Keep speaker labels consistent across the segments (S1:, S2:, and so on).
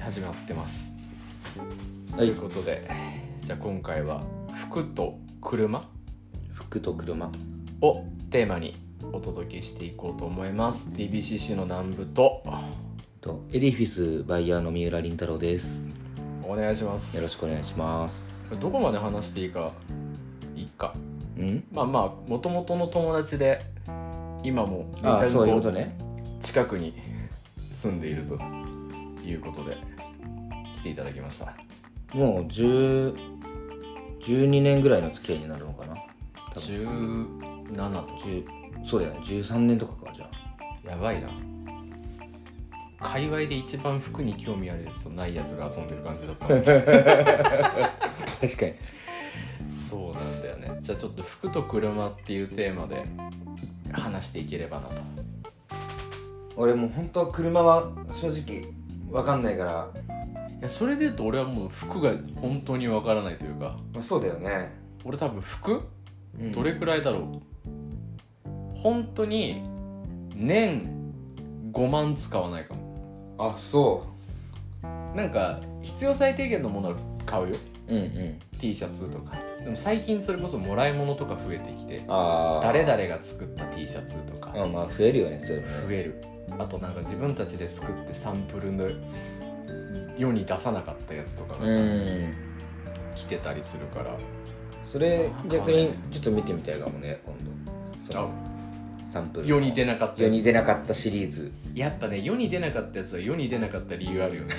S1: 始まってます、
S2: は
S1: とい
S2: いう
S1: ことでじゃあ今回は服と車
S2: 服と車
S1: をテーマにお届けしていこうと思います TBCC の南部と
S2: とエディフィスバイヤーの三浦凛太郎ですよ
S1: お願いします
S2: ろしくお願いします
S1: どこまで話していいかいいか
S2: うん
S1: まあまあもともとの友達で今もめち
S2: あ
S1: ゃ
S2: あ
S1: ん
S2: そういうこと
S1: こ
S2: ね
S1: 近くに住んでいるということで来ていただきました
S2: もう10 12年ぐらいの付き合いになるのかな多分
S1: 17と
S2: 10そうだよね13年とかかじゃ
S1: やばいな界隈で一番服に興味あるやつとないやつが遊んでる感じだったも ん
S2: あ確かに
S1: そうなんだよねじゃあちょっと服と車っていうテーマで話していければなと
S2: 俺もう本当車は正直わかんないから、
S1: いやそれで言うと俺はもう服が本当にわからないというか
S2: まあ、そうだよね、
S1: 俺多分服
S2: うん
S1: どれくらいだろう、本当に年5万使わないかも
S2: あそ
S1: なんか必要最低限のものは買うよ
S2: ううんうん
S1: T シャツとかでも最近それこそもらい物とか増えてきて
S2: ああ
S1: 誰々が作った T シャツとか
S2: あまあ増えるよねそれも
S1: 増えるあとなんか自分たちで作ってサンプルの世に出さなかったやつとかがさ、
S2: うん
S1: 来てたりするから
S2: それ逆にちょっと見てみたいかもね今度そのサンプルの
S1: 世に出なかった
S2: 世
S1: や
S2: に
S1: つ
S2: 出なかったシリーズ
S1: やっぱね世に出なかったやつは世に出なかった理由あるよ ね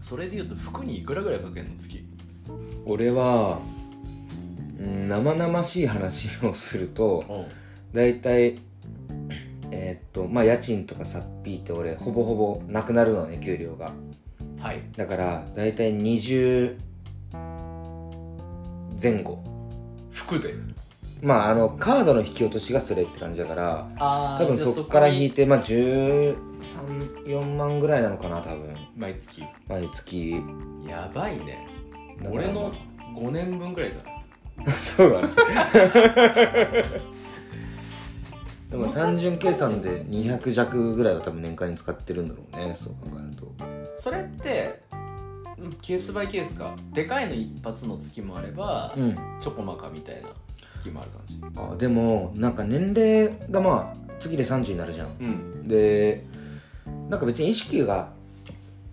S1: それでいうと服にいくらぐらいかけんの月
S2: 俺はうん生々しい話をすると
S1: うん
S2: 大体えーっとまあ家賃とかさっぴーって俺ほぼほぼなくなるのね給料が
S1: はい
S2: だから大体20前後
S1: 服で
S2: まああのカードの引き落としがそれって感じだから
S1: あ
S2: 多分そこから引いてまあ134万ぐらいなのかな多分
S1: 毎月
S2: 毎月
S1: やばいね
S2: だから
S1: 俺の5年分ぐらいじゃない
S2: そうだね でも単純計算で200弱ぐらいは多分年間に使ってるんだろうねそう考えると
S1: それってうんケースバイケースかでかいの一発の月もあれば、
S2: うん
S1: ちょこまかみたいな月もある感じ
S2: あでもなんか年齢がまあ次で30になるじゃん
S1: うん
S2: でなんか別に意識が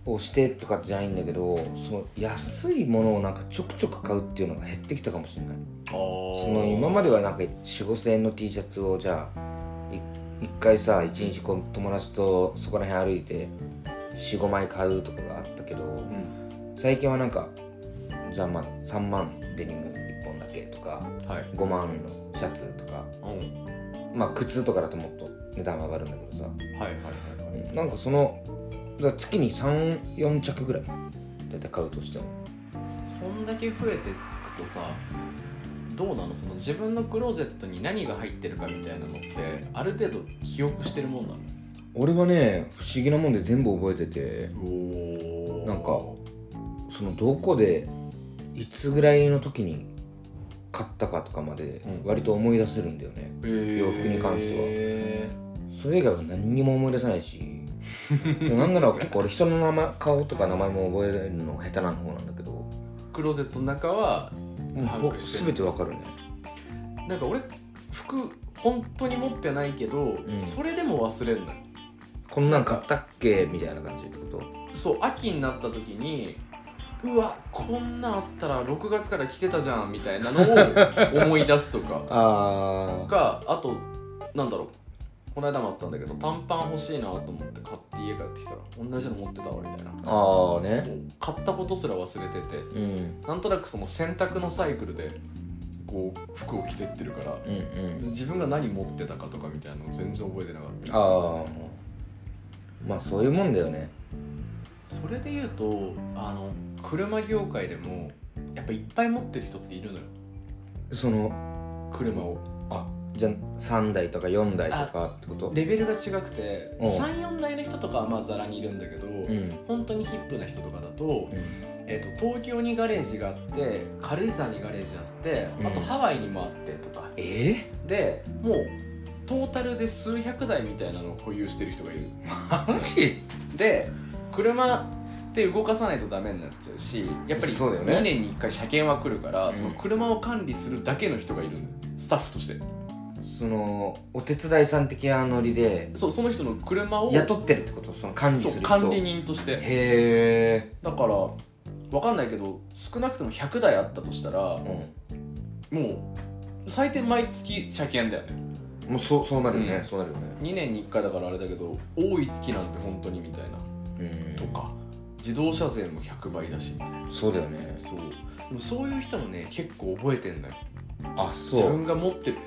S2: をしてとかじゃないんだけどその安いものをなんかちょくちょく買うっていうのが減ってきたかもしれない
S1: そ
S2: その今まではなんか4 5千円の T シャツをじゃあい一回さ一日こう友達とそこら辺歩いて45枚買うとかがあったけど
S1: うん
S2: 最近はなんかじゃあまあ3万デニム1本だけとか
S1: はい
S2: 5万のシャツとか
S1: うん
S2: まあ靴とかだともっと値段は上がるんだけどさ
S1: はいはいはいはい
S2: なんかそのだから月に34着ぐらい大体買うとしても
S1: そんだけ増えてくとさどうなのその自分のクローゼットに何が入ってるかみたいなのってある程度記憶してるもんなの
S2: 俺はね不思議なもんで全部覚えてて
S1: お
S2: ーなんかそのどこでいつぐらいの時に買ったかとかまで
S1: うん
S2: 割と思い出せるんだよね、洋服に関
S1: して
S2: それ以外は何にも思い出さないしでもなんなら結構俺人の名前顔とか名前も覚えるの下手な方なんだけども
S1: クローゼットの中は
S2: う
S1: 把
S2: ほ
S1: 握してる
S2: 全てわかるね
S1: なんか俺服本当に持ってないけど、
S2: ん
S1: それでも忘れんのよ
S2: こんなん買ったっけみたいな感じってこと
S1: そう秋になった時にうわこんなんあったら6月から着てたじゃんみたいなのを思い出すと か
S2: ああ
S1: かあとなんだろうこの間もあったんだけど短パン欲しいなと思って買って家帰ってきたら同じの持ってたわみたいなも
S2: ああね
S1: う買ったことすら忘れてて
S2: うんうん
S1: なんとなくその洗濯のサイクルでこう服を着てってるから
S2: うん
S1: 自分が何持ってたかとかみたいなの全然覚えてなかったです
S2: ああまあそういうもんだよね
S1: それで言うとあの車業界でもやっぱいっぱい持ってる人っているのよ
S2: その
S1: 車を
S2: あじゃあ3台とか4台とかってこと
S1: レベルが違くて
S2: うん
S1: 34台の人とかはまあざらにいるんだけど、
S2: うん
S1: 本当にヒップな人とかだと,、
S2: うん
S1: えー、と東京にガレージがあって軽井沢にガレージあってあと
S2: うん
S1: ハワイにもあってとか、
S2: え
S1: でもうトータルで数百台みたいなのを保有してる人がいる
S2: マジ
S1: で車って動かさないとダメになっちゃうしやっぱり
S2: そうだよね
S1: 2年に1回車検は来るから、
S2: うん
S1: その車を管理するだけの人がいるんだよスタッフとして
S2: そのお手伝いさん的なノリで
S1: そうその人の車を
S2: 雇ってるってことその管理
S1: そう
S2: する人
S1: 管理人として
S2: へえ、
S1: だからわかんないけど少なくとも100台あったとしたら
S2: う
S1: もう最低毎月車検だよね
S2: ん、もうそうそうなるよね、
S1: うん
S2: そうなるよね
S1: 2年に1回だからあれだけど多い月なんて本当にみたいな
S2: うん
S1: とか自動車税も100倍だしみたいな
S2: そうだよね
S1: そうでもそういう人もね結構覚えてんだよ
S2: あ
S1: 自
S2: そう
S1: 分が持ってる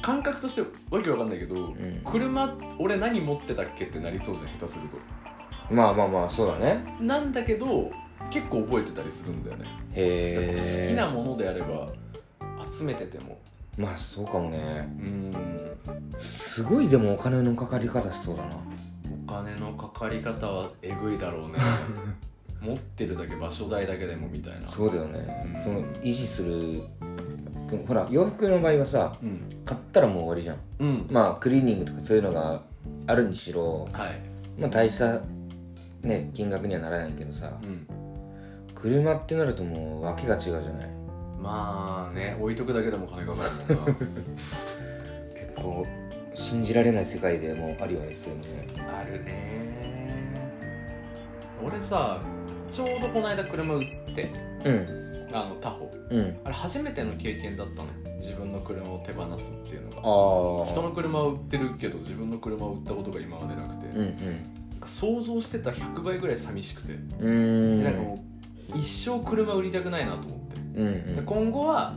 S1: 感覚としてわけわかんないけど
S2: うん
S1: 車俺何持ってたっけってなりそうじゃん下手すると
S2: まあまあまあそうだね
S1: なんだけど結構覚えてたりするんだよね、
S2: へえ
S1: 好きなものであれば集めてても
S2: まあそうかもね
S1: うーん
S2: すごいでもお金のかかり方しそうだな
S1: お金のかかり方はえぐいだろうね 持ってるだけ場所代だけでもみたいな
S2: そうだよね、
S1: うん
S2: その維持するほら洋服の場合はさ
S1: うん
S2: 買ったらもう終わりじゃん
S1: うん
S2: まあクリーニングとかそういうのがあるにしろ
S1: はい
S2: まあ大したね金額にはならないけどさ
S1: うん
S2: 車ってなるともう訳が違うじゃない
S1: まあね置いとくだけでも金かかるもんな
S2: 結構信じられない世界でもうあるよねそういうのね
S1: あるね俺さちょうどこの間車売って
S2: うん
S1: あの他方
S2: うん
S1: あれ初めての経験だったの自分の車を手放すっていうのが
S2: ああ
S1: 人の車を売ってるけど自分の車を売ったことが今までなくて、
S2: うん
S1: なんか想像してた100倍ぐらい寂しくて、
S2: うんうーん
S1: でなんかもう一生車売りたくないなと思って、
S2: うんう
S1: で
S2: ん
S1: 今後は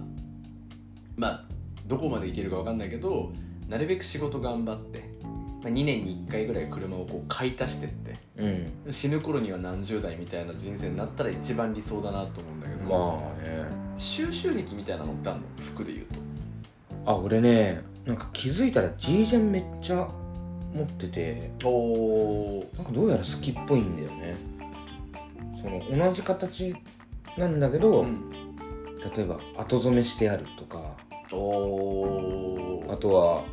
S1: まあどこまでいけるか分かんないけどなるべく仕事頑張って、まあ、2年に1回ぐらい車をこう買い足してって
S2: うん
S1: 死ぬ頃には何十代みたいな人生になったら一番理想だなと思うんだけど、
S2: まあね
S1: 収集癖みたいなのってあるの服で言うと
S2: あ俺ねなんか気づいたら G ジャンめっちゃ持ってて
S1: お
S2: なんかどうやら好きっぽいんだよねその同じ形なんだけど、
S1: うん、
S2: 例えば後染めしてあるとか
S1: お
S2: あ
S1: お
S2: とは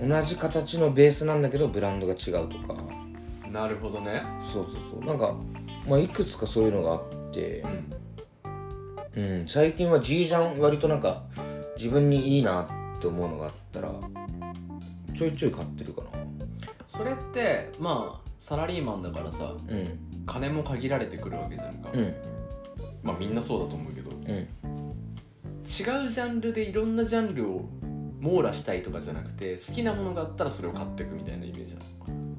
S2: 同じ形のベースなんだけどブランドが違うとか
S1: なるほどね
S2: そうそうそうなんか、まあ、いくつかそういうのがあって
S1: う、ん
S2: うん、最近は G ジャン割となんか自分にいいなって思うのがあったらちょいちょい買ってるかな
S1: それってまあサラリーマンだからさ
S2: うん
S1: 金も限られてくるわけじゃんか、
S2: うん
S1: まあみんなそうだと思うけど
S2: うん
S1: 違うジャンルでいろんなジャンルを網羅したいとかじゃなくて好きなものがあったらそれを買っていくみたいなイメージな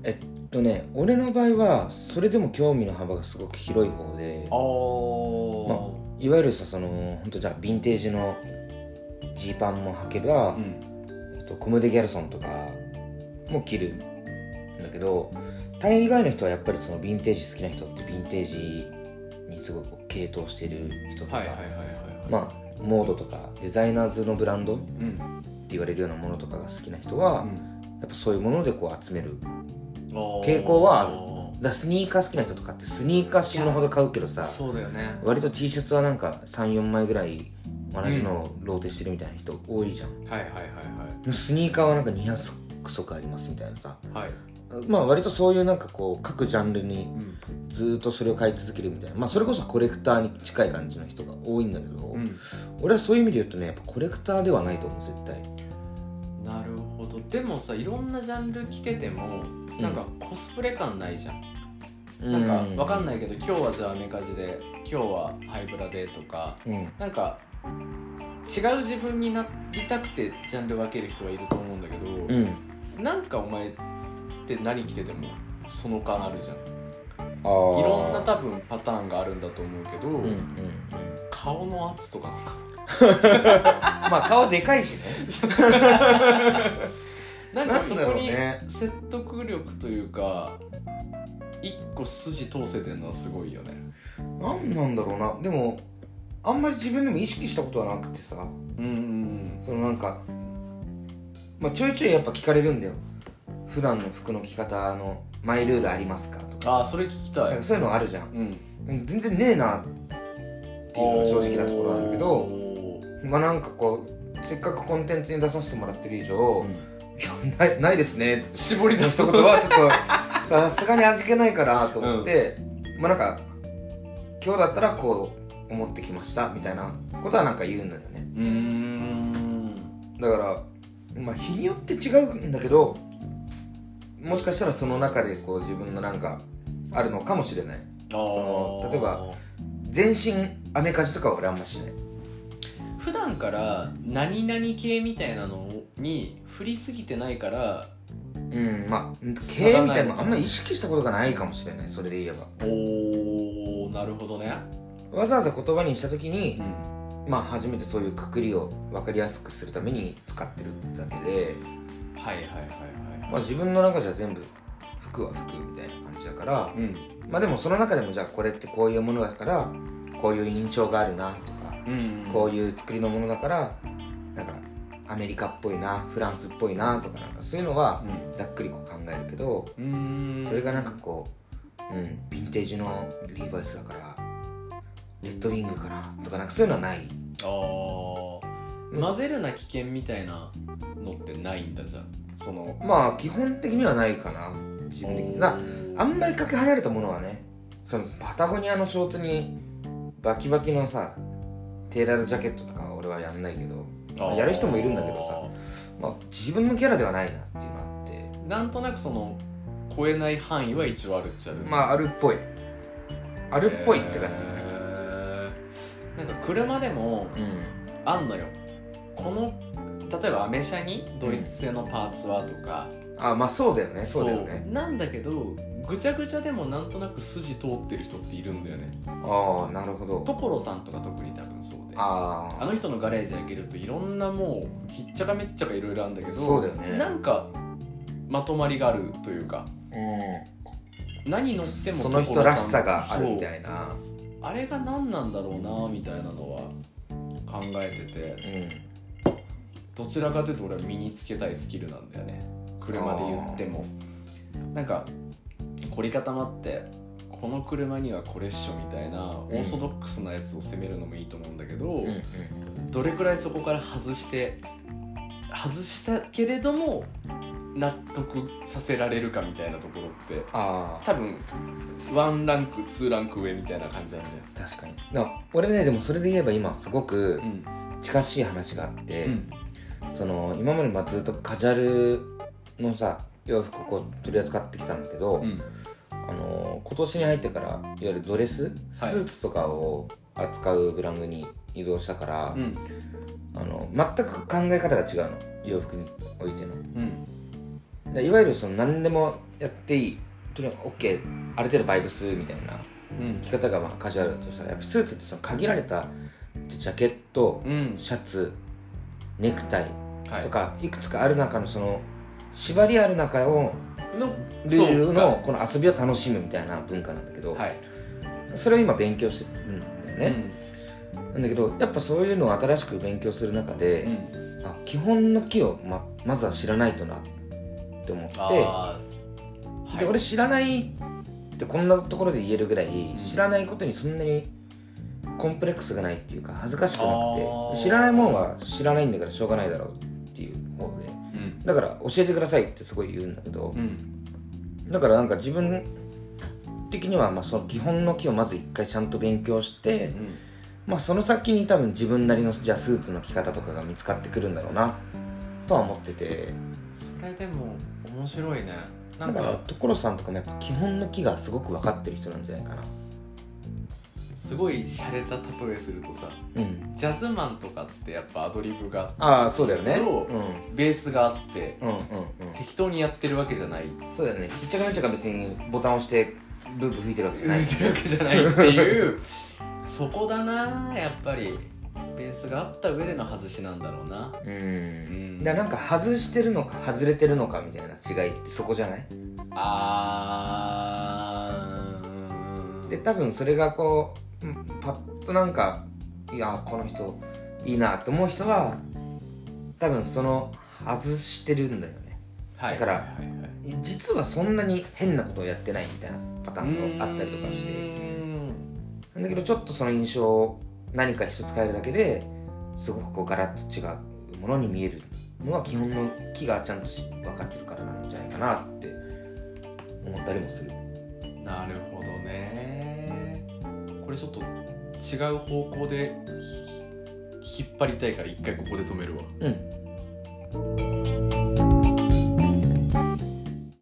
S2: えっとね俺の場合はそれでも興味の幅がすごく広い方で
S1: の
S2: いわゆるさそのほんとじゃあヴィンテージのジーパンも履けば、
S1: うん
S2: あとコム・デ・ギャルソンとかも着るんだけど大概の人はやっぱりそのヴィンテージ好きな人ってヴィンテージにすごくこう傾倒してる人とか、
S1: はいはいはいはいはい
S2: まあモードとかデザイナーズのブランドって
S1: うん
S2: 言われるようなものとかが好きな人は、やっぱそういうものでこう集める傾
S1: 傾
S2: 向はだからスニーカー好きな人とかってスニーカー死ぬほど買うけどさ
S1: そうだよね
S2: 割と T シャツはなんか34枚ぐらい同じのをローテしてるみたいな人多いじゃん、
S1: はいはいはい
S2: スニーカーはなんか200足ありますみたいなさ
S1: はいはい
S2: まあ割とそういうなんかこう各ジャンルに
S1: うん
S2: ずーっとそれを買い続けるみたいなまあそれこそコレクターに近い感じの人が多いんだけど、
S1: うん
S2: 俺はそういう意味で言うとねやっぱコレクターではないと思う絶対
S1: なるほどでもさいろんなジャンル着ててもなんかコスプレ感ないじゃんなんかわかん
S2: い
S1: ないけど今日はじゃあアメカジで今日はハイブラでとか
S2: うん
S1: なんか違う自分になりたくてジャンル分ける人はいると思うんだけ
S2: う
S1: ど、
S2: ん
S1: なんかお前って何着ててもその感あるじゃんい
S2: あい
S1: ろんな
S2: タ
S1: 多分パターンがあるんだと思うけど、
S2: うんうんうん
S1: 顔の圧とかなんか
S2: まあ顔でかいしね
S1: なん
S2: な
S1: か
S2: ん
S1: そ
S2: だろ
S1: こ
S2: う
S1: に
S2: ね
S1: 説得力というか一個筋通せてるのはすごいよね
S2: なんなんだろうなでもあんまり自分でも意識したことはなくてさ
S1: うんうん
S2: そのなんか、まあ、ちょいちょいやっぱ聞かれるんだよ普段の服の着方のマイルールありますかとか
S1: ああそれ聞きた
S2: なん
S1: い
S2: かそういうのあるじゃん
S1: うんっ
S2: うん全然ねえなっていうのが正直なところなんだけどまあなんかこうせっかくコンテンツに出させてもらってる以上、
S1: うん
S2: いやないないですね」
S1: 絞り
S2: の
S1: 出
S2: 一
S1: す
S2: 言
S1: ことは
S2: はちょっと さすがに味気ないかなと思って、まあなんか今日だったらこう思ってきましたみたいなことはなんか言うんだよね
S1: うーん
S2: だからまあ日によって違うんだけどもしかしたらその中でこう自分のなんかあるのかもしれない
S1: あー
S2: 例えば全身アメカジとかは俺あんましない
S1: 普段から何々系みたいなのに振りすぎてないから
S2: うんまあ経
S1: 差が
S2: み
S1: ない
S2: たいなのあんま意識したことがないかもしれないそれで言えば
S1: おーなるほどね
S2: わざわざ言葉にした時に、
S1: うん
S2: まあ初めてそういうくくりを分かりやすくするために使ってるだけで、
S1: はいはいはいはい
S2: まあ、自分の中じゃ全部服は服みたいな感じだから、
S1: うん
S2: まあでもその中でもじゃあこれってこういうものだからこういう印象があるなとか、
S1: うん
S2: こういう作りのものだからなんかアメリカっぽいなフランスっぽいなとかなんかそういうのは
S1: うん
S2: ざっくりこう考えるけど、
S1: うーん
S2: それがなんかこう、うん、ヴィンテージのリーバイスだからレッドウィングかなとかなんかそういうのはない
S1: あー混ぜるな危険みたいなのってないんだじゃんその
S2: まあ基本的にはないかな自分的になあんまりかけ離れたものはねそのパタゴニアのショーツにバキバキのさテーラードジャケットとかは俺はやんないけど、
S1: あー
S2: やる人もいるんだけどさまあ、自分のキャラではないなっていうのがあ
S1: なんとなくその超えない範囲は一応あるっちゃある
S2: ってまああるっぽいあるっぽいって感
S1: へーなんか車でも
S2: じ、
S1: あんのよこの例えばアメ車にドイツ製のパーツはとか、
S2: うんあまあそうだよねそうだよね
S1: そうなんだけどぐちゃぐちゃでもなんとなく筋通ってる人っているんだよね
S2: ああなるほど
S1: 所さんとか特に多分そうであ
S2: ああ
S1: の人のガレージ開けるといろんなもうひっちゃかめっちゃかいろいろあるんだけど
S2: そうだよね
S1: なんかまとまりがあるというか
S2: う
S1: 何乗って
S2: ん、
S1: も
S2: その人らしさがあるみたいな
S1: あれが何なんだろうなみたいなのは考えてて
S2: うん
S1: どちらかというと俺は身につけたいスキルなんだよね車で言ってもなんか凝り固まってこの車にはこれっしょみたいなオーソドックスなやつを攻めるのもいいと思うんだけど、
S2: うん
S1: どれくらいそこから外して外したけれども納得させられるかみたいなところって
S2: ああ
S1: 多分ワンランクツーランク上みたいな感じなんじ
S2: 確かにだから俺ねでもそれで言えば今すごく
S1: ゃん、
S2: 近しい話があって、
S1: うん
S2: その今までまあずっとカジュアルのさ洋服をこう取り扱ってきたんだけど、
S1: うん
S2: あの今年に入ってからいわゆるドレスス
S1: はい
S2: ーツとかを扱うブランドに移動したから、
S1: うん
S2: あの全く考え方が違うの洋服においての
S1: うん
S2: でいわゆるその何でもやっていいとにかく OK ある程度バイブスみたいな
S1: うん
S2: 着方がまあカジュアルだとしたらやっぱスーツってその限られたジャケット
S1: うん
S2: シャツネクタイ
S1: はい
S2: とかいくつかある中のその縛りある中を
S1: の
S2: ルール
S1: そう
S2: のこの遊びを楽しむみたいな文化なんだけど、
S1: かはい、
S2: それを今勉強してるんだよね、なんだけどやっぱそういうのを新しく勉強する中
S1: う
S2: で
S1: ん、うん
S2: あ基本の木をままずは知らないとなって思って、
S1: あーはい
S2: で俺知らないってこんなところで言えるぐらい
S1: ん
S2: 知らないことにそんなにコンプレックスがないっていうか恥ずかしくな
S1: あ
S2: く
S1: ー
S2: て知らないもんは知らないんだからしょうがないだろうっていう方で
S1: うん
S2: だから教えてくださいってすごい言うんだけど
S1: うん
S2: だからなんか自分的にはまあその基本の木をまず一回ちゃんと勉強して
S1: うん
S2: まあその先に多分自分なりのじゃあスーツの着方とかが見つかってくるんだろうなとは思ってて
S1: それでも面白いねな
S2: だ
S1: ん
S2: から
S1: か
S2: 所さんとかもやっぱ基本の木がすごく分かってる人なんじゃないかな
S1: すごい洒落た例えするとさ
S2: うん
S1: ジャズマンとかってやっぱアドリブが
S2: ああそうだよね
S1: そう
S2: うん
S1: ベースがあって
S2: うんうん
S1: 適当にやってるわけじゃない
S2: うんそうだよねひっちゃかめっちゃか別にボタン押してブーブー吹いてるわけじゃな
S1: 言
S2: い
S1: ってるわけじゃないっていう そこだなやっぱりベースがあった上での外しなんだろうな
S2: う
S1: うん
S2: んだからなんか外してるのか外れてるのかみたいな違いってそこじゃない
S1: あー
S2: で多分それがこううんパッとなんかいやこの人いいなと思う人は多分その外してるんだよね
S1: はい
S2: だから
S1: はいはいはい
S2: 実はそんなに変なことをやってないみたいなパターンがあったりとかして
S1: うーん
S2: なんだけどちょっとその印象を何か一つ変えるだけですごくこうガラッと違うものに見えるのは基本の木がちゃんとし分かってるからなんじゃないかなって思ったりもする
S1: なるほどねこれちょっと違う方向でひ引っ張りたいから一回ここで止めるわ
S2: うん